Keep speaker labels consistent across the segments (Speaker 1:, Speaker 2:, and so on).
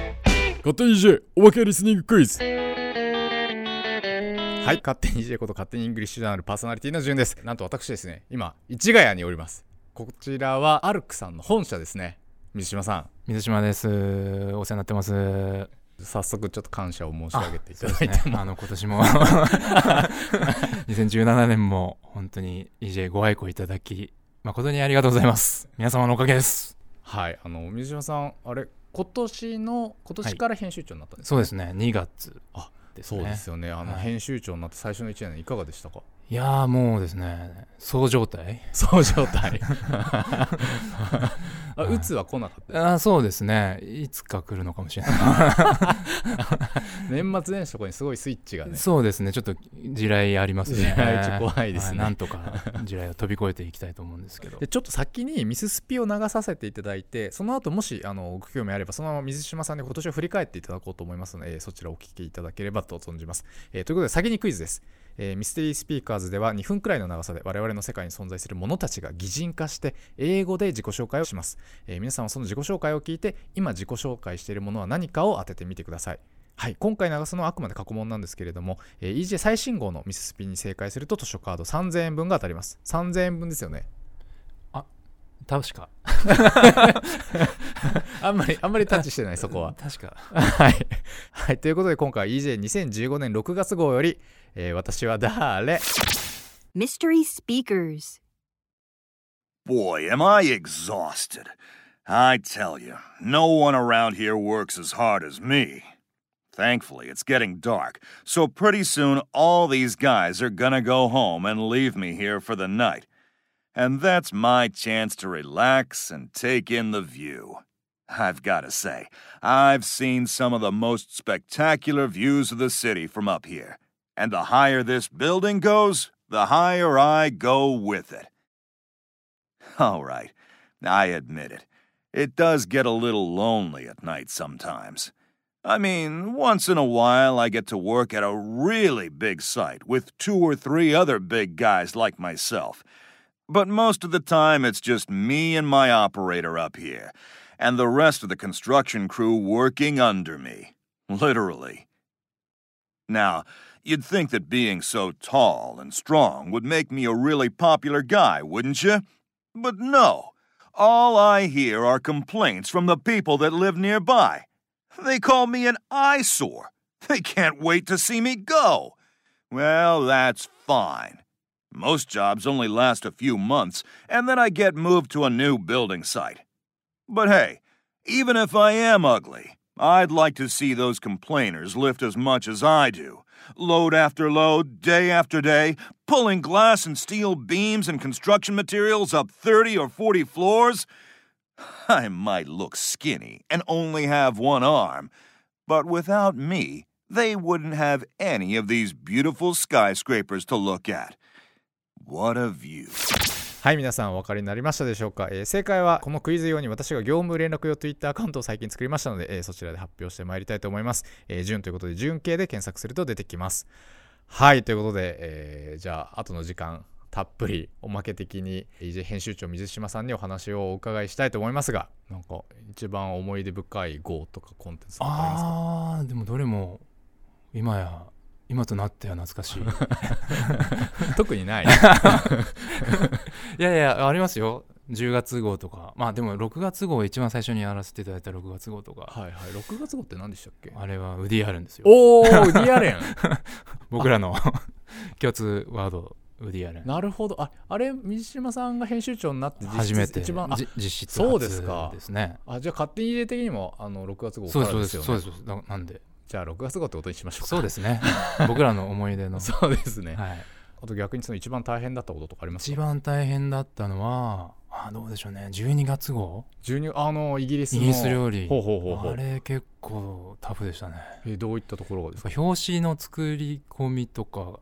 Speaker 1: 勝手に DJ お化けリスニングクイズ
Speaker 2: はい、勝手に DJ こと勝手にイングリッシュジャーナルパーソナリティの順です。なんと私ですね、今、市ヶ谷におります。こちらはアルクさんの本社ですね。水島さ
Speaker 3: 水島です。お世話になってます。
Speaker 2: ん、早速ちょっと感謝を申し上げていただ
Speaker 3: ね
Speaker 2: いて、
Speaker 3: あの今年 も2017年も本当に EJ ご愛顧いただき誠にありがとうございます。皆様のおかげです。
Speaker 2: はい、あの、水島さん、あれ、今年の、今年から編集長になったんですか、
Speaker 3: そうですね。2月ですね。
Speaker 2: そうですよね。あの、
Speaker 3: はい
Speaker 2: 編集長になって最初の1年いかがでしたか
Speaker 3: いやーもうですね。そう状態。
Speaker 2: そう状態。 あ、うつは来なかった。
Speaker 3: あーそうですね。いつか来るのかもし れない。
Speaker 2: 年末年始とかにすごいスイッチがね。
Speaker 3: そうですね。ちょっと地雷ありますね。
Speaker 2: 地雷ちょっと怖いですね
Speaker 3: はなんとか地雷を飛び越えていきたいと思うんですけど
Speaker 2: で。ちょっと先にミススピを流させていただいてその後もしあのご興味あればそのまま水島さんで今年を振り返っていただこうと思いますので、えーそちらをお聞きいただければと存じます、えーということで先にクイズです、えーミステリースピーカーズでは2分くらいの長さで我々の世界に存在する者たちが擬人化して英語で自己紹介をします、えー皆さんはその自己紹介を聞いて今自己紹介しているものは何かを当ててみてくださいはい、今回流すのはあくまで過去問なんですけれども、えー、EJ 最新号のミススピに正解すると図書カード3000円分が当たります3000円分ですよね
Speaker 3: 確か。。
Speaker 2: あんまり、あんまりタッチしてない、そこは
Speaker 3: 確か。
Speaker 2: はい。はい。ということで、今回は EJ2015 年6月号より、えー私は誰
Speaker 4: Mystery Speakers.
Speaker 5: Boy, am I exhausted. I tell you, no one around here works as hard as me. Thankfully, it's getting dark, so pretty soon all these guys are gonna go home and leave me here for the night. And that's my chance to relax and take in the view. I've gotta say, I've seen some of the most spectacular views of the city from up here. And the higher this building goes, the higher I go with it. All right, I admit it. It does get a little lonely at night sometimes. I mean, once in a while I get to work at a really big site with two or three other big guys like myself. But most of the time it's just me and my operator up here, and the rest of the construction crew working under me. Literally. Now, you'd think that being so tall and strong would make me a really popular guy, wouldn't you? But no. All I hear are complaints from the people that live nearby. They call me an eyesore. They can't wait to see me go. Well, that's fine. Most jobs only last a few months, and then I get moved to a new building site. But hey, even if I am ugly, I'd like to see those complainers lift as much as I do. Load after load, day after day, pulling glass and steel beams and construction materials up 30 or 40 floors. I might look skinny and only have one arm, but without me, they wouldn't have any of these beautiful skyscrapers to look at. What a view.
Speaker 2: はい、皆さんお分かりになりましたでしょうか、えー正解は、このクイズ用に私が業務連絡用 Twitter アカウントを最近作りましたので、えーそちらで発表してまいりたいと思います。えー、順ということで、順形で検索すると出てきます。はい、ということで、えーじゃあ、後の時間、たっぷりおまけ的に EJ 編集長水島さんにお話をお伺いしたいと思いますがなんか一番思い出深い号とかコンテンツとかありますか
Speaker 3: あーでもどれも今や今となっては懐 かしい
Speaker 2: 特に ない
Speaker 3: いやいやありますよ10月号とかまあでも6月号を一番最初にやらせていただいた6月号とか、
Speaker 2: はいはい、6月号って何でしたっけ
Speaker 3: あれはウディアレンですよ
Speaker 2: おー、リアレン。
Speaker 3: 僕らの 共通ワードウディアレ ン
Speaker 2: なるほど。ああれ、水島さんが編集長になって実質
Speaker 3: 初めて
Speaker 2: 一番あ
Speaker 3: じ実質
Speaker 2: そうですか
Speaker 3: 初ですね
Speaker 2: あ、じゃあ勝手に入れ的にもあの6月号か
Speaker 3: そうで
Speaker 2: ら
Speaker 3: すそう
Speaker 2: でよね。
Speaker 3: ですすそうですななんで
Speaker 2: じゃあ6月号ってことにしましょうか。。
Speaker 3: そうですすね 僕らの思い出 の、
Speaker 2: そうですね。
Speaker 3: はい、
Speaker 2: あと逆にその一番大変だったこととかあります
Speaker 3: 一
Speaker 2: か
Speaker 3: 番大変だったのはあどうでしょうね12月号
Speaker 2: 12あのイギリスの
Speaker 3: イギリス料理
Speaker 2: ほうほうほうほう
Speaker 3: あれ結構タフでしたね
Speaker 2: えどういったところがですか
Speaker 3: 表紙の作り込みとか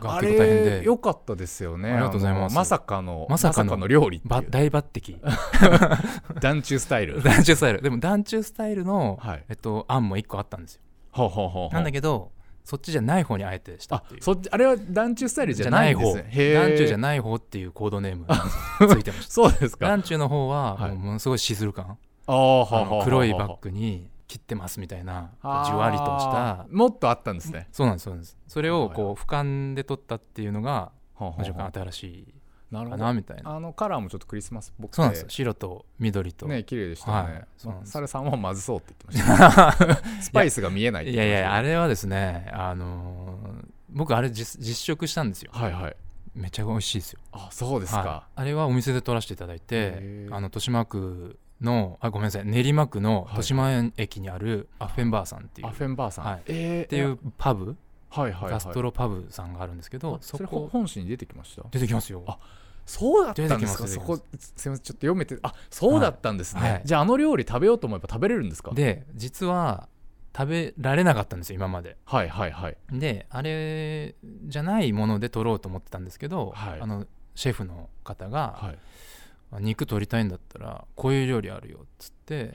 Speaker 3: が
Speaker 2: あ
Speaker 3: 結構大変
Speaker 2: れ
Speaker 3: で
Speaker 2: 良かったですよね。
Speaker 3: ありがとうございます
Speaker 2: あのまさかの
Speaker 3: まさかの
Speaker 2: 料理ってい
Speaker 3: ば
Speaker 2: う
Speaker 3: 大抜擢
Speaker 2: 団中スタイル。
Speaker 3: 団中スタイルでも団中スタイルの、
Speaker 2: はい
Speaker 3: えっと、案も1個あったんですよ
Speaker 2: ほうほうほうほう。
Speaker 3: なんだけどそっちじゃない方にあえてした
Speaker 2: あ
Speaker 3: っていう
Speaker 2: そっちあれは団中スタイルじゃないんです
Speaker 3: 方
Speaker 2: ね。へー
Speaker 3: 団中じゃない方っていうコードネーム ついてまし
Speaker 2: そうです
Speaker 3: た
Speaker 2: か。
Speaker 3: 団中の方は、
Speaker 2: はい
Speaker 3: もうものすごいシズル感
Speaker 2: あーはあ
Speaker 3: あ
Speaker 2: はあはあは
Speaker 3: の
Speaker 2: あ
Speaker 3: 黒いバッグに切ってますみたいなこうじゅわりとした
Speaker 2: あーもっとあったんですね
Speaker 3: そうなんですそうなんですそれをこう俯瞰で撮ったっていうのが
Speaker 2: ほうほう
Speaker 3: もちろ
Speaker 2: ほうん
Speaker 3: 新し
Speaker 2: ないる
Speaker 3: か
Speaker 2: ほ
Speaker 3: な
Speaker 2: ど
Speaker 3: みたいな
Speaker 2: あのカラーもちょっとクリスマスっぽくて
Speaker 3: そうなんですよ白と緑と
Speaker 2: ね綺麗でしたよ
Speaker 3: はい
Speaker 2: ね、
Speaker 3: そうなんです
Speaker 2: サルさんはまずそうって言ってましたスパイスが見えないって
Speaker 3: い
Speaker 2: 言
Speaker 3: や
Speaker 2: っ
Speaker 3: い
Speaker 2: てまし
Speaker 3: やあれはですねあのー僕あれ実実食したんですよ
Speaker 2: たはいはい
Speaker 3: めっちゃ美味しいですよ
Speaker 2: あそうです
Speaker 3: は
Speaker 2: か、
Speaker 3: いあれはお店で撮らせていただい
Speaker 2: へ
Speaker 3: て
Speaker 2: ー
Speaker 3: あの豊島区のあごめんなさい練馬区の豊島園駅にあるアッフェンバーさんっていう、
Speaker 2: ア
Speaker 3: っ
Speaker 2: フェンバーさん、
Speaker 3: はい
Speaker 2: えー
Speaker 3: ていうパブ、
Speaker 2: はいはいはい
Speaker 3: ガストロパブさんがあるんですけど
Speaker 2: あ
Speaker 3: そ
Speaker 2: れほ
Speaker 3: こ
Speaker 2: 本誌に出てきました
Speaker 3: 出てきますよ
Speaker 2: あそうだったんですか
Speaker 3: 出て
Speaker 2: そ
Speaker 3: きます
Speaker 2: こすいませんちょっと読めてあそうだったんですね、
Speaker 3: はいはい
Speaker 2: じゃああの料理食べようと思えば食べれるんですか
Speaker 3: で実は食べられなかったんですよ今まで
Speaker 2: はいはいはい
Speaker 3: であれじゃないもので撮ろうと思ってたんですけど、
Speaker 2: はい
Speaker 3: あのシェフの方が、
Speaker 2: はい
Speaker 3: 肉取りたいんだったらこういう料理あるよっつって
Speaker 2: へ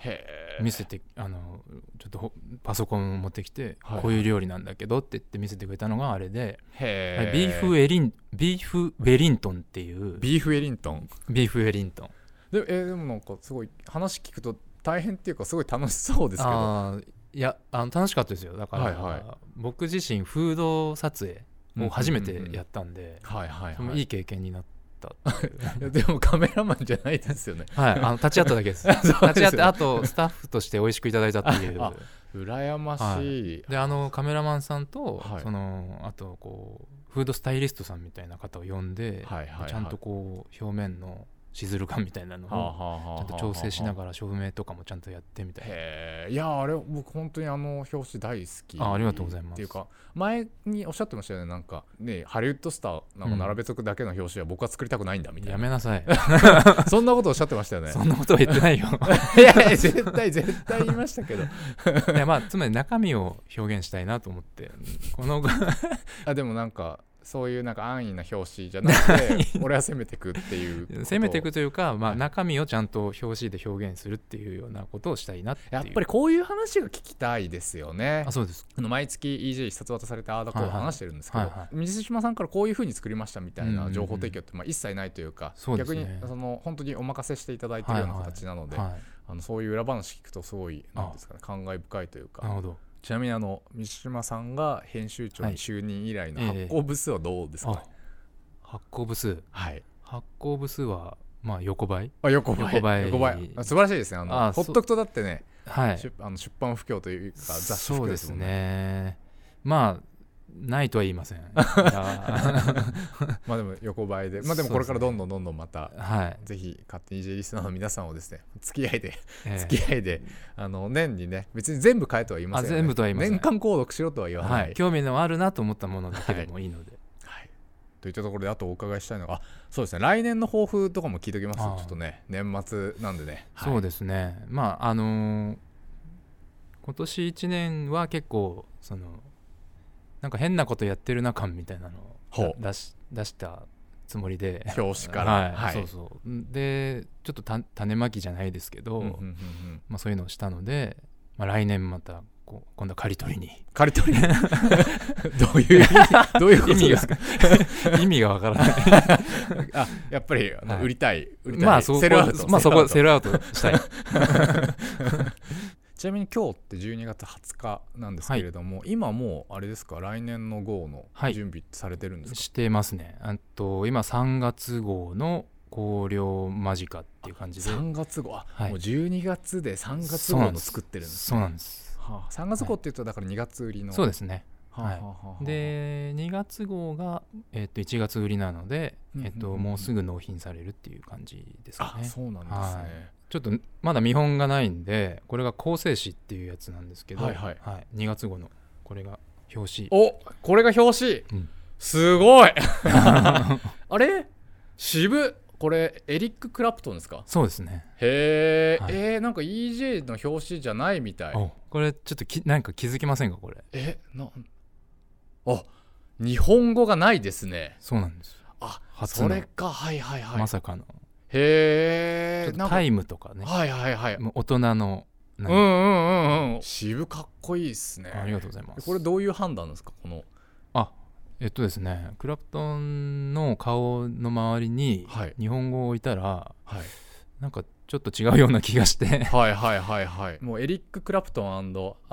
Speaker 2: え
Speaker 3: 見せてあのちょっとほパソコンを持ってきて、
Speaker 2: はい
Speaker 3: こういう料理なんだけどって言って見せてくれたのがあれで、
Speaker 2: へえ
Speaker 3: ビーフエリンビーフウェリントンっていうビ
Speaker 2: ビーフエリントン
Speaker 3: ーフウェリントン
Speaker 2: で,、えーでもなんかすごい話聞くと大変っていうかすごい楽しそうですけど
Speaker 3: あーいやあの楽しかったですよだから、
Speaker 2: はいは
Speaker 3: 僕自身フード撮影を初めてやったんで、
Speaker 2: はいはい
Speaker 3: その
Speaker 2: はいい
Speaker 3: い経験になった
Speaker 2: いやでもカメラマンじゃないですよね
Speaker 3: はい、あの立ち会っただけです。立
Speaker 2: そうですよね
Speaker 3: ち会って、あとスタッフとして美味しくいただいたっていう。
Speaker 2: あ羨ましい、
Speaker 3: で、あのカメラマンさんと、
Speaker 2: はい
Speaker 3: そのあとこうフードスタイリストさんみたいな方を呼んで、
Speaker 2: はいはいはい
Speaker 3: ちゃんとこう表面のしずる感みたいなの
Speaker 2: はあ
Speaker 3: を
Speaker 2: はあはあはあ
Speaker 3: ちゃんと調整しながら照明とかもちゃんとやってみたいな。
Speaker 2: へえいやあれ僕本当にあの表紙大好き
Speaker 3: あありがとうございます
Speaker 2: っていうか前におっしゃってましたよねなんかねハリウッドスターなんか並べとくだけの表紙は僕は作りたくないんだみたい
Speaker 3: や
Speaker 2: な、
Speaker 3: めなさい。
Speaker 2: そんなことおっしゃってましたよね
Speaker 3: そんなことは言って ないよ。
Speaker 2: いやいや絶対絶対言いましたけど
Speaker 3: いやまあつまり中身を表現したいなと思って、この
Speaker 2: あでもなんかそういうなんか安易な表紙じゃなく て俺は攻めてくっていうことを
Speaker 3: 攻めていくというか、まあ中身をちゃんと表紙で表現するっていうようなことをしたいなっていう。
Speaker 2: やっぱりこういう話が聞きたいですよね
Speaker 3: あそうです。
Speaker 2: あの毎月 EJ 一冊渡されてああだこうだ
Speaker 3: はいはい
Speaker 2: 話してるんですけど、
Speaker 3: はいはい
Speaker 2: 水島さんからこういうふうに作りましたみたい
Speaker 3: うんうんう
Speaker 2: なん情報提供ってまあ一切ないというか、
Speaker 3: そうで
Speaker 2: 逆
Speaker 3: すね
Speaker 2: にその本当にお任せしていただいてるような
Speaker 3: はいはい
Speaker 2: 形なので、
Speaker 3: はい。
Speaker 2: あのそういう裏話聞くとすごいなんですか、ね、感慨深いという
Speaker 3: なる
Speaker 2: か
Speaker 3: ほど。
Speaker 2: ちなみにあの水島さんが編集長
Speaker 3: は
Speaker 2: に
Speaker 3: い
Speaker 2: 就任以来の
Speaker 3: ええ
Speaker 2: 発行部数はどうですか、
Speaker 3: あ発行部数。
Speaker 2: はい
Speaker 3: 発行部数は、まあ、横ばい。
Speaker 2: あ横ばい
Speaker 3: 横ばい
Speaker 2: あ素晴らしいですねあの
Speaker 3: ああ
Speaker 2: ほっとくとだってね、
Speaker 3: はい。
Speaker 2: 出あの出版不況というか雑誌不
Speaker 3: そ
Speaker 2: 況
Speaker 3: う
Speaker 2: で
Speaker 3: ですす
Speaker 2: もんね
Speaker 3: ね。まあ、ないとは言いません。 いや
Speaker 2: まあでも横ばいでまあでもこれからどんどんどんどんまた
Speaker 3: はい。
Speaker 2: ぜひ勝手に J リスナーの皆さんをですね付き合いで
Speaker 3: え え
Speaker 2: 付き合いであの年にね別に全部変えとは言いませんよ、ね、
Speaker 3: あ全部とは言いません
Speaker 2: 年間購読しろとは言わない、
Speaker 3: はい。興味のあるなと思ったものだけでもいいので。
Speaker 2: はいといったところであとお伺いしたいのがあそうですね来年の抱負とかも聞いておきます
Speaker 3: ああ
Speaker 2: ちょっとね年末なんでね、はい
Speaker 3: そうですね。まあ、あのー今年1年は結構、その、なんか変なことやってるな感みたいなの
Speaker 2: ほ
Speaker 3: を
Speaker 2: う
Speaker 3: 出し出したつもりで。
Speaker 2: 表紙から
Speaker 3: はい、
Speaker 2: はい
Speaker 3: そうそうでちょっとた種まきじゃないですけど、
Speaker 2: うんうんうんうん
Speaker 3: まあ、そういうのをしたので、まあ、来年またこう今度は刈り取りに
Speaker 2: 借り取り どう いう意味どういうことですか
Speaker 3: 意味がわから ない
Speaker 2: あやっぱりあの
Speaker 3: はい
Speaker 2: 売りたい売りたい、
Speaker 3: まあそこ
Speaker 2: セルアウト
Speaker 3: まあそこセ
Speaker 2: セルアウ
Speaker 3: ルアウトしたい
Speaker 2: トちなみに今日って12月20日なんですけれども、今もうあれですか来年の号の
Speaker 3: はい
Speaker 2: 準備されてるんですか、
Speaker 3: してますねあと今3月号の考慮間近っていう感じで
Speaker 2: 3月号あ、
Speaker 3: はい
Speaker 2: もう12月で3月
Speaker 3: そうな
Speaker 2: 号
Speaker 3: ん
Speaker 2: の
Speaker 3: です
Speaker 2: 作ってるんです
Speaker 3: そうなんです
Speaker 2: はあ、3月号っていうとだから2月売りの
Speaker 3: そうですね
Speaker 2: はあはあはあはあ
Speaker 3: で2月号が、えっと1月売りなので、
Speaker 2: うんうん
Speaker 3: え
Speaker 2: うん
Speaker 3: っともうすぐ納品されるっていう感じですか
Speaker 2: あ
Speaker 3: ね
Speaker 2: そうなんですね、
Speaker 3: はいちょっとまだ見本がないんでこれが構成紙っていうやつなんですけど、
Speaker 2: はいはい
Speaker 3: 2月号のこれが表紙
Speaker 2: おこれが表紙、
Speaker 3: うん
Speaker 2: すご いあれ渋これエリック・クラプトンですか
Speaker 3: そうですね
Speaker 2: へえ、
Speaker 3: はい
Speaker 2: えーなんか EJ の表紙じゃないみたい
Speaker 3: おこれちょっときなんか気づきませんかこれ
Speaker 2: えなんあ日本語がないですね
Speaker 3: そうなんですよ
Speaker 2: あ
Speaker 3: 初
Speaker 2: そ
Speaker 3: の
Speaker 2: れかはいはいはい、
Speaker 3: まさかの
Speaker 2: へえ
Speaker 3: ちょっとタイムとかね
Speaker 2: はいはいはい
Speaker 3: もう大人の
Speaker 2: うん
Speaker 3: 何
Speaker 2: うんうんうん渋かっこいいですね
Speaker 3: ありがとうございます
Speaker 2: これどういう判断なんですかこの
Speaker 3: あえっとですねクラプトンの顔の周りに
Speaker 2: はい
Speaker 3: 日本語を置いたら、
Speaker 2: はい
Speaker 3: なんかちょっと違うような気がし て
Speaker 2: はいはいはいはいもうエリック・クラプトンア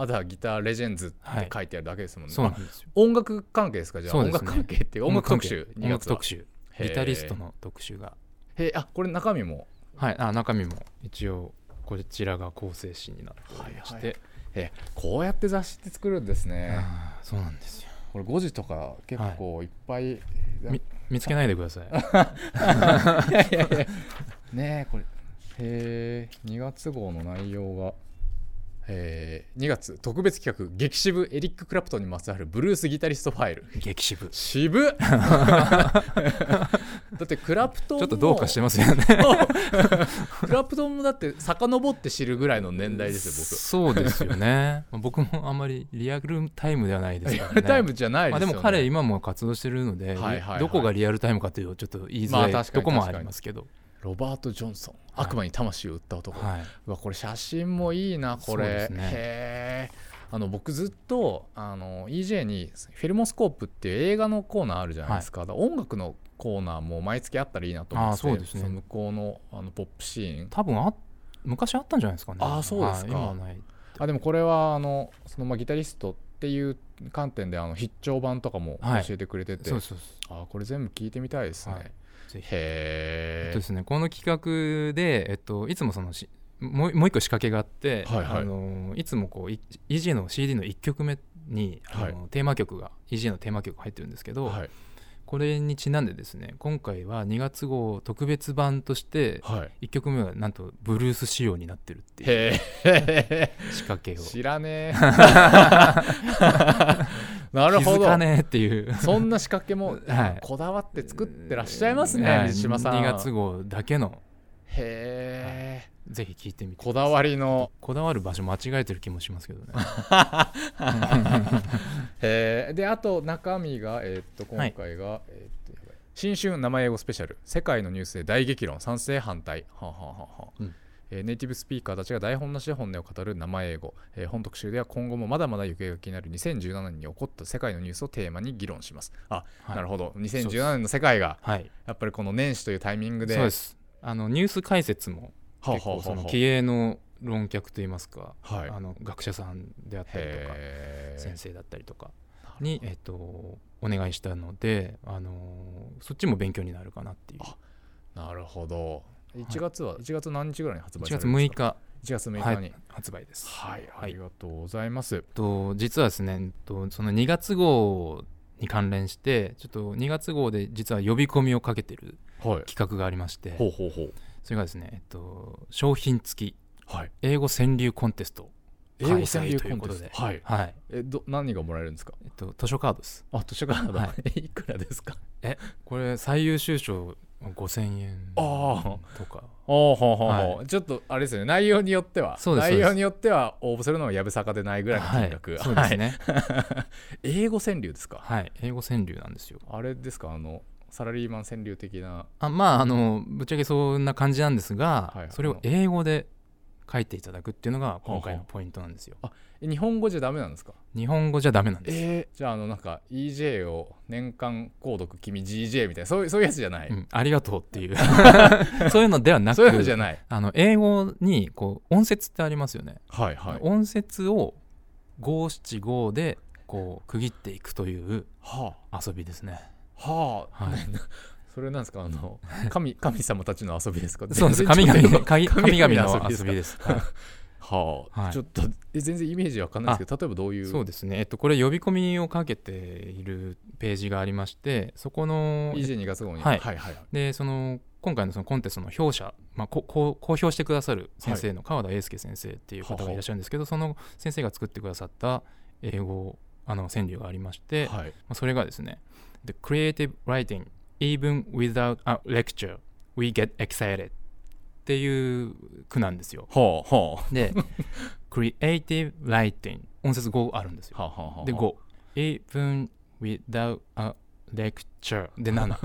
Speaker 2: ダーギター・レジェンズって書いてあるだけですもんね、
Speaker 3: そうなんですよ
Speaker 2: 音楽関係ですかじゃあ、
Speaker 3: そう
Speaker 2: 音
Speaker 3: です
Speaker 2: 楽関
Speaker 3: ね
Speaker 2: 係っていう音楽特集
Speaker 3: 音
Speaker 2: 2
Speaker 3: 楽
Speaker 2: 月は
Speaker 3: 特集
Speaker 2: へー
Speaker 3: ギタリストの特集が
Speaker 2: へえあこれ中身も
Speaker 3: はいあ中身も一応こちらが構成誌になっておりまして、
Speaker 2: はいはいへえこうやって雑誌って作るんですね
Speaker 3: あーそうなんですよ
Speaker 2: これ5時とか結構いっぱい、
Speaker 3: み見つけないでくださ い
Speaker 2: ねえこれへえ2月号の内容がえー2月特別企画激渋エリック・クラプトンにまつわるブルースギタリストファイル
Speaker 3: 激渋ち
Speaker 2: 渋っ だってクラプトン
Speaker 3: ょ
Speaker 2: も
Speaker 3: っとどうかしてますよね
Speaker 2: クラプトンもだって遡って知るぐらいの年代ですよ
Speaker 3: そうですよねまあ僕もあんまりリアルタイムではないです
Speaker 2: 僕
Speaker 3: から、ね、
Speaker 2: リアルタイムじゃない
Speaker 3: ま
Speaker 2: で
Speaker 3: あ、
Speaker 2: す
Speaker 3: で
Speaker 2: よ、ね
Speaker 3: も彼今も活動してるので、
Speaker 2: はいはいはい
Speaker 3: どこがリアルタイムかというとちょっと言い
Speaker 2: ま
Speaker 3: づ
Speaker 2: あ
Speaker 3: らい
Speaker 2: 確か
Speaker 3: と
Speaker 2: に
Speaker 3: こもありますけど、
Speaker 2: ロバート・ジョンソン悪魔に魂を売った男、
Speaker 3: はいう
Speaker 2: わこれ写真もいいなこ
Speaker 3: そうで
Speaker 2: れ、
Speaker 3: すね
Speaker 2: へえあの僕ずっとあの EJ にフィルモスコープっていう映画のコーナーあるじゃないですか,、音楽のコーナーも毎月あったらいいなと思ってて
Speaker 3: あーそうですね
Speaker 2: の向こうのあのポップシーン
Speaker 3: 多分あ昔あったんじゃないですかね
Speaker 2: あそうですか
Speaker 3: はい今はない
Speaker 2: あでもこれはあのそのまあギタリストっていう観点であの必聴版とかも
Speaker 3: はい
Speaker 2: 教えてくれてて、
Speaker 3: そうそうそ
Speaker 2: あーこれ全部聞いてみたいですね、
Speaker 3: はいうぜひえっ
Speaker 2: へ
Speaker 3: とですね、この企画で、えっと、いつもそのしもうもう一個仕掛けがあって、
Speaker 2: はいはい
Speaker 3: あのいつもこうい EG の CD の1曲目にあの、
Speaker 2: はい
Speaker 3: テーマ曲が EG のテーマ曲が入ってるんですけ
Speaker 2: え
Speaker 3: ど、
Speaker 2: はい
Speaker 3: これにちなんでですね今回は2月号特別版として
Speaker 2: はい
Speaker 3: 1曲目はなんとブルース仕様になってるっていう
Speaker 2: へえ
Speaker 3: 仕掛けを
Speaker 2: 知ら ねえなるほ
Speaker 3: 気づ
Speaker 2: ど
Speaker 3: かねえっていう
Speaker 2: そんな仕掛けも
Speaker 3: はい
Speaker 2: こだわって作ってらっしゃいますね、
Speaker 3: はい
Speaker 2: 水島さん
Speaker 3: 2月号だけの
Speaker 2: へえ
Speaker 3: ぜひ聞いてみて
Speaker 2: こだわりの
Speaker 3: こだわる場所間違えてる気もしますけどね
Speaker 2: へえであと中身がえーっと今
Speaker 3: はい
Speaker 2: 回が、えーっとやばい新春生英語スペシャル世界のニュースで大激論賛成反対はんはんはんはん
Speaker 3: うん
Speaker 2: えーネイティブスピーカーたちが台本なしで本音を語る生英語、えー本特集では今後もまだまだ行方が気になる2017年に起こった世界のニュースをテーマに議論しますあ、
Speaker 3: はい
Speaker 2: なるほど2017年の世界が
Speaker 3: はい
Speaker 2: やっぱりこの年始というタイミングで
Speaker 3: そうですあのニュース解説も
Speaker 2: はあは
Speaker 3: 結
Speaker 2: あは
Speaker 3: 構
Speaker 2: あ
Speaker 3: その気鋭の論客といいますか、
Speaker 2: はい
Speaker 3: あの学者さんであったりとか
Speaker 2: へえ
Speaker 3: 先生だったりとかに、えっとお願いしたので、あのーそっちも勉強になるかなっていう
Speaker 2: あなるほど1月は1月何日ぐらいに発売
Speaker 3: 1
Speaker 2: され
Speaker 3: 月
Speaker 2: るんです
Speaker 3: 6
Speaker 2: か
Speaker 3: 日
Speaker 2: 1月6
Speaker 3: は
Speaker 2: 日に
Speaker 3: い、発売です、
Speaker 2: はい、
Speaker 3: は
Speaker 2: あ
Speaker 3: い
Speaker 2: りがとうございます。
Speaker 3: えっと実はですねえっとその2月号に関連してちょっと2月号で実は呼び込みをかけてる
Speaker 2: はい。
Speaker 3: 企画がありまして
Speaker 2: ほうほうほう。
Speaker 3: それがですね、えっと、商品付き
Speaker 2: はい。
Speaker 3: 英語川柳コンテスト開催ということで、
Speaker 2: はい。
Speaker 3: はい
Speaker 2: え、ど、何がもらえるんですか
Speaker 3: えっと、図書カードです
Speaker 2: あ、図書館だ
Speaker 3: は。
Speaker 2: えいく らですか
Speaker 3: これ最優秀賞5000円
Speaker 2: あ
Speaker 3: とか
Speaker 2: おほうほう
Speaker 3: うほう
Speaker 2: ほう。ちょっと、あれですよね。内容によっては、
Speaker 3: そうです
Speaker 2: 内容によっては、応募するのはやぶさかでないぐらいの金額。
Speaker 3: はい、そうです
Speaker 2: はい。
Speaker 3: ね、
Speaker 2: 英語川柳ですか
Speaker 3: はい、英語川柳なんですよ
Speaker 2: あれですかあの、サラリーマン川柳的な。
Speaker 3: あまああのぶっちゃけそんな感じなんですが、
Speaker 2: はい
Speaker 3: それを英語で書いていただくっていうのが今回のポイントなんですよ
Speaker 2: え日本語じゃダメなんですか
Speaker 3: 日本語じゃダメなんです、
Speaker 2: えー、じゃあ、あの、なんか、EJ を年間購読君 GJ みたいな、そういう、そういうやつじゃない。
Speaker 3: うん、ありがとうっていう そういうのではなく
Speaker 2: そういうのじゃない。
Speaker 3: あの英語にこう音節ってありますよね、
Speaker 2: はいはい。
Speaker 3: 音節を五七五でこう区切っていくという
Speaker 2: はあ。
Speaker 3: 遊びですね
Speaker 2: はあ、
Speaker 3: はい
Speaker 2: それなんですかあの神神様たちの遊びですか
Speaker 3: そうです
Speaker 2: 全
Speaker 3: 神
Speaker 2: 然
Speaker 3: 々
Speaker 2: ちょっ
Speaker 3: の
Speaker 2: と
Speaker 3: 神神々の遊
Speaker 2: か
Speaker 3: びですはい
Speaker 2: はあ、
Speaker 3: はい
Speaker 2: ちょっとえ全然イメージわかんないですけど例えばどういう
Speaker 3: そうですね、えっと、これ呼び込みをかけているページがありましてそこの
Speaker 2: EJ2 月号に、
Speaker 3: はい
Speaker 2: はいはいはい
Speaker 3: でその今回のそのコンテストの表者、まあ、ここう公表してくださる先生の川田英介先生っていう方がいらっしゃるんですけど、その先生が作ってくださった英語あの川柳がありまして、ま
Speaker 2: はい
Speaker 3: あそれがですね「The creative writing even without a lecture we get excited」っていう句なんですよ。
Speaker 2: はあは
Speaker 3: で「creative writing」音節5あるんですよ
Speaker 2: あ。はあはあはあ
Speaker 3: で5 even without a lecture で7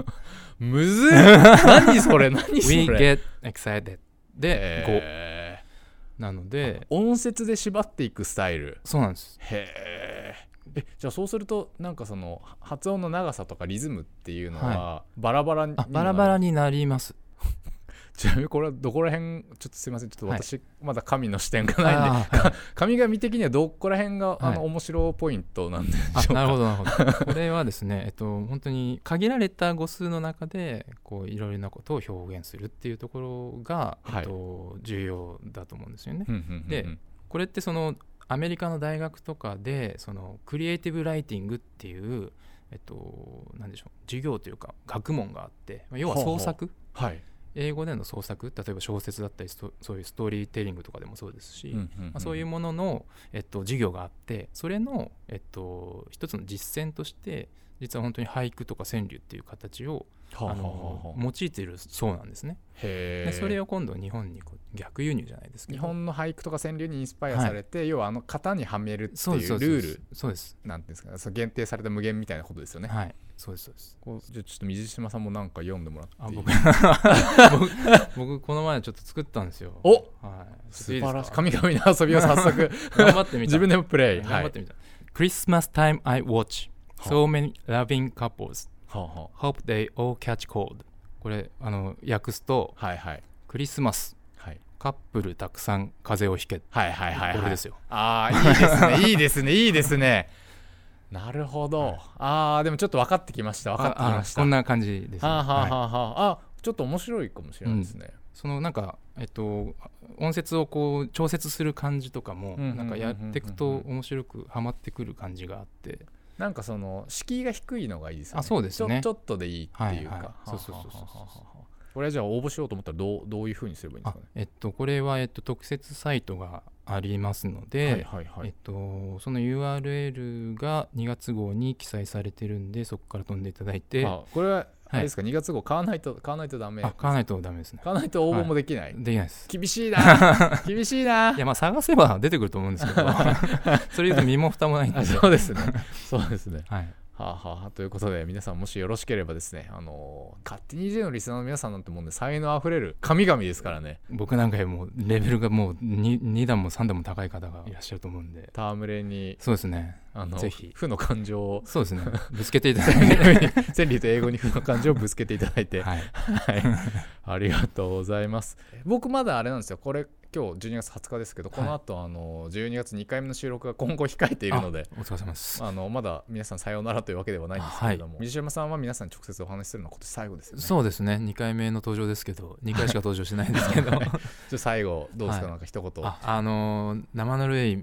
Speaker 2: む ずい何それ何
Speaker 3: we
Speaker 2: それ
Speaker 3: get excited で5
Speaker 2: へ
Speaker 3: なので
Speaker 2: え音節で縛っていくスタイル
Speaker 3: そうなんです
Speaker 2: へええじゃあそうするとなんかその発音の長さとかリズムっていうのはバラバラに
Speaker 3: あバラバラ
Speaker 2: に
Speaker 3: になります
Speaker 2: ちなみにこれはどこら辺ちょっとすいませんちょっと
Speaker 3: はい
Speaker 2: 私、まだ神の視点がないんで
Speaker 3: あー
Speaker 2: 神々的にはどこら辺があの
Speaker 3: はい
Speaker 2: 面白ポイントなんでしょう
Speaker 3: あ
Speaker 2: か、
Speaker 3: なるほどなるほどこれはですね、えっと、本当に限られた語数の中でこういろいろなことを表現するっていうところが、えっと、重要だと思うんですよね。
Speaker 2: うんうんうんうん
Speaker 3: でこれってそのアメリカの大学とかでそのクリエイティブライティングっていう、えっと、なんでしょう授業というか学問があってまあ要は
Speaker 2: ほうほう
Speaker 3: 創作
Speaker 2: はい、
Speaker 3: 英語での創作例えば小説だったりストそういうストーリーテリングとかでもそうですし、
Speaker 2: うんうんん
Speaker 3: まあ、そういうものの、えっと、授業があってそれの、えっと、一つの実践として実は本当に俳句とか川柳っていう形を
Speaker 2: はあは
Speaker 3: あ
Speaker 2: あはあ
Speaker 3: の
Speaker 2: はあ
Speaker 3: 用いているそうなんですね。
Speaker 2: へえ
Speaker 3: でそれを今度日本にこう逆輸入じゃないですけ
Speaker 2: 日
Speaker 3: ど
Speaker 2: 本の俳句とか川柳にインスパイアされて、要はあの型にはめるって
Speaker 3: そうで
Speaker 2: い
Speaker 3: す
Speaker 2: う
Speaker 3: そ
Speaker 2: ル
Speaker 3: うで
Speaker 2: ー
Speaker 3: す
Speaker 2: ル
Speaker 3: そうです
Speaker 2: なんていうんですかねその限定された無限みたいなことですよね、
Speaker 3: はい、そうですそうです。
Speaker 2: こうじゃあちょっと水島さんもなんか読んでもら
Speaker 3: あ
Speaker 2: っていい
Speaker 3: 僕 僕僕この前ちょっと作ったんですよ。
Speaker 2: お
Speaker 3: はい、
Speaker 2: 素晴らしい
Speaker 3: ちょっと
Speaker 2: 神々の遊びを早速
Speaker 3: いですか頑張ってみた。
Speaker 2: 自分でもプレイ
Speaker 3: はい頑張ってみた。Christmas time I watch so many loving couples
Speaker 2: はいは
Speaker 3: hope they all catch cold これあの訳すと
Speaker 2: あはあはいはい
Speaker 3: クリスマス
Speaker 2: はい
Speaker 3: カップルたくさん風邪をひけ
Speaker 2: はいはいはいはい
Speaker 3: これですよ
Speaker 2: ああいいですねいいですねい いですねなるほど、ああでもちょっと分かってきました分かってき
Speaker 3: あ
Speaker 2: ま
Speaker 3: あ
Speaker 2: した
Speaker 3: こんな感じです、ね
Speaker 2: はあ、はあは
Speaker 3: はい
Speaker 2: あはあ、あちょっと面白いかもしれないですね、
Speaker 3: そのなんかえっと音節をこう調節する感じとか
Speaker 2: う
Speaker 3: も
Speaker 2: んうんうんうんうん
Speaker 3: なんかやっていくと面白くハマってくる感じがあって
Speaker 2: なんかその敷居が低いのがいいですよね
Speaker 3: あそうですね
Speaker 2: ちょちょっとでいいっていうか、
Speaker 3: はいはい
Speaker 2: はあ
Speaker 3: そうそうそうそ
Speaker 2: は
Speaker 3: う
Speaker 2: あはあはあこれはじゃあ応募しようと思ったらどうどういうふうにすればいいんで
Speaker 3: あ
Speaker 2: すかね
Speaker 3: えっとこれはえっと特設サイトがありますので、
Speaker 2: はいはいは
Speaker 3: え
Speaker 2: い
Speaker 3: っと、その URL が2月号に記載されてるんでそこから飛んでいただいて
Speaker 2: あこれはあれですか、2月号買わないと買わないとダメ
Speaker 3: あ買わないとダメですね。
Speaker 2: 買わないと応募もできない、
Speaker 3: できないです。
Speaker 2: 厳 しいな厳しいない
Speaker 3: やまあ探せば出てくると思うんですけ どそれ言うと身も蓋もないんで
Speaker 2: あ、そうですね そうですね
Speaker 3: はい、
Speaker 2: はあ、はあ、ということで皆さんもしよろしければですねあのー勝手に EJ のリスナーの皆さんなんてもうね才能あふれる神々ですからね
Speaker 3: 僕なんかよりもレベルがもう 2, 2段も3段も高い方がいらっしゃると思うんで
Speaker 2: 戯れに
Speaker 3: そうですね
Speaker 2: あの
Speaker 3: ぜひ
Speaker 2: 負の感情 を
Speaker 3: そうですねぶつけていただいて、
Speaker 2: 千里と英語に負の感情をぶつけていただい て、
Speaker 3: はい、
Speaker 2: はい、ありがとうございます僕まだあれなんですよこれ今日12月20日ですけどこの後、あの12月2回目の収録が今後控えているので
Speaker 3: あお疲れ様です
Speaker 2: あのまだ皆さんさようならというわけではないんですけれども、水島さんは皆さんに直接お話しするのは今年最後です よね
Speaker 3: そうですね2回目の登場ですけど2回しか登場してないんですけど
Speaker 2: じゃあ最後どうですか、
Speaker 3: はい
Speaker 2: なんか一言
Speaker 3: ああのー生ぬるい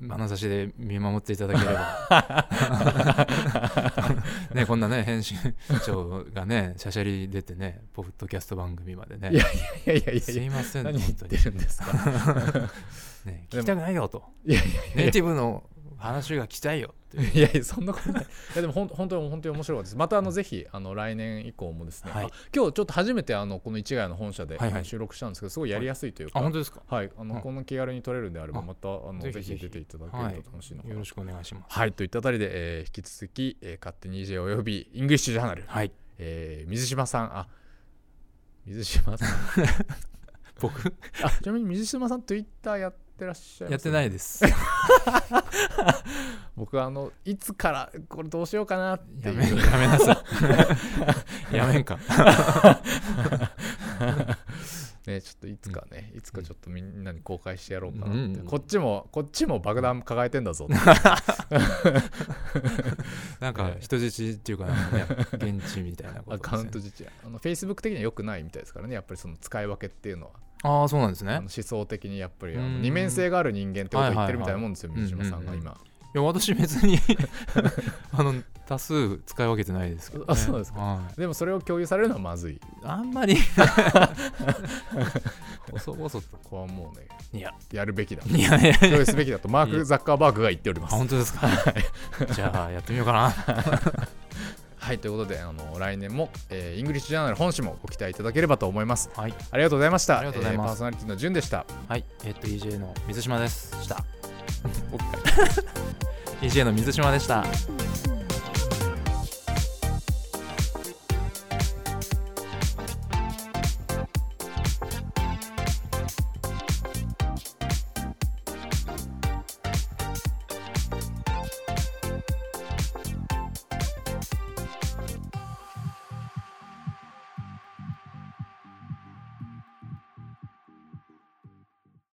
Speaker 3: 眼差しで見守っていただけれ ばねこんなね編集長がねしゃしゃり出てねポッドキャスト番組までね
Speaker 2: いやいやいやいや
Speaker 3: す
Speaker 2: いや
Speaker 3: いません
Speaker 2: 何言
Speaker 3: 本
Speaker 2: っ
Speaker 3: 当
Speaker 2: て
Speaker 3: に
Speaker 2: るんですか
Speaker 3: ね聞きたくないよと
Speaker 2: いやい
Speaker 3: ネイティブの話が聞きたいよって
Speaker 2: いやいやそんなことないいやでもほん本当に本当に面白かったですまたあのぜひあの来年以降もですね、
Speaker 3: はい
Speaker 2: あ今日ちょっと初めてあのこの市ヶ谷の本社で
Speaker 3: はいはい
Speaker 2: 収録したんですけどすごいやりやすいというか、は
Speaker 3: あ
Speaker 2: い
Speaker 3: 本当ですか
Speaker 2: あ
Speaker 3: う
Speaker 2: の
Speaker 3: ん
Speaker 2: こんな気軽に撮れるんであれば
Speaker 3: あ
Speaker 2: またあのぜ
Speaker 3: ぜ
Speaker 2: ひ
Speaker 3: ひぜひ
Speaker 2: 出ていただけると楽しいのかなはい
Speaker 3: よろしくお願いします
Speaker 2: といったあたりで、えー引き続き、えー勝手に EJ およびイングリッシュジャーナル、
Speaker 3: はい
Speaker 2: えー水島さんあ水島さん
Speaker 3: 僕
Speaker 2: あちなみに水島さん Twitter やってらっしゃい
Speaker 3: や
Speaker 2: ま
Speaker 3: っ
Speaker 2: す
Speaker 3: て
Speaker 2: よね
Speaker 3: ないです
Speaker 2: 僕はあのいつからこれどうしようかなって
Speaker 3: や
Speaker 2: い
Speaker 3: めや
Speaker 2: う
Speaker 3: めなさ いやめんか
Speaker 2: ねちょっといつかね、いつかちょっとみんなに公開してやろうかなっ
Speaker 3: う
Speaker 2: て、
Speaker 3: んうんうん
Speaker 2: こっちもこっちも爆弾抱えてんだぞって
Speaker 3: なんか人質っていうかなんかね現地みたいな
Speaker 2: ア
Speaker 3: ことです
Speaker 2: カ
Speaker 3: ね
Speaker 2: ウント自治あの Facebook 的には良くないみたいですからねやっぱりその使い分けっていうのは
Speaker 3: ああそうなんです
Speaker 2: あの
Speaker 3: ね
Speaker 2: 思想的にやっぱりあ
Speaker 3: う
Speaker 2: の
Speaker 3: ん
Speaker 2: 二面性がある人間ってことを言ってるみたいなもんですよ、
Speaker 3: はいはいはい
Speaker 2: 水島さんが
Speaker 3: うんうん
Speaker 2: 今、
Speaker 3: いや私別に あの多数使い分けてないですけど、ね、
Speaker 2: あそうですか
Speaker 3: はい
Speaker 2: でもそれを共有されるのはまずい
Speaker 3: あんまり 細々と
Speaker 2: ここはもうね
Speaker 3: いや
Speaker 2: やるべ きだ
Speaker 3: いやいやい
Speaker 2: 共
Speaker 3: や
Speaker 2: 有すべきだとマーク・ザッカーバーグが言っております
Speaker 3: 本当ですかじゃあやってみようかな
Speaker 2: はいということであの来年も、えーイングリッシュジャーナル本誌もご期待いただければと思います
Speaker 3: はい、
Speaker 2: ありがとうございました
Speaker 3: ありがとうござい
Speaker 2: えー
Speaker 3: ます
Speaker 2: パーソナリティのじゅんでした
Speaker 3: はい、えっと EJ の 水島ですした EJ の水島でした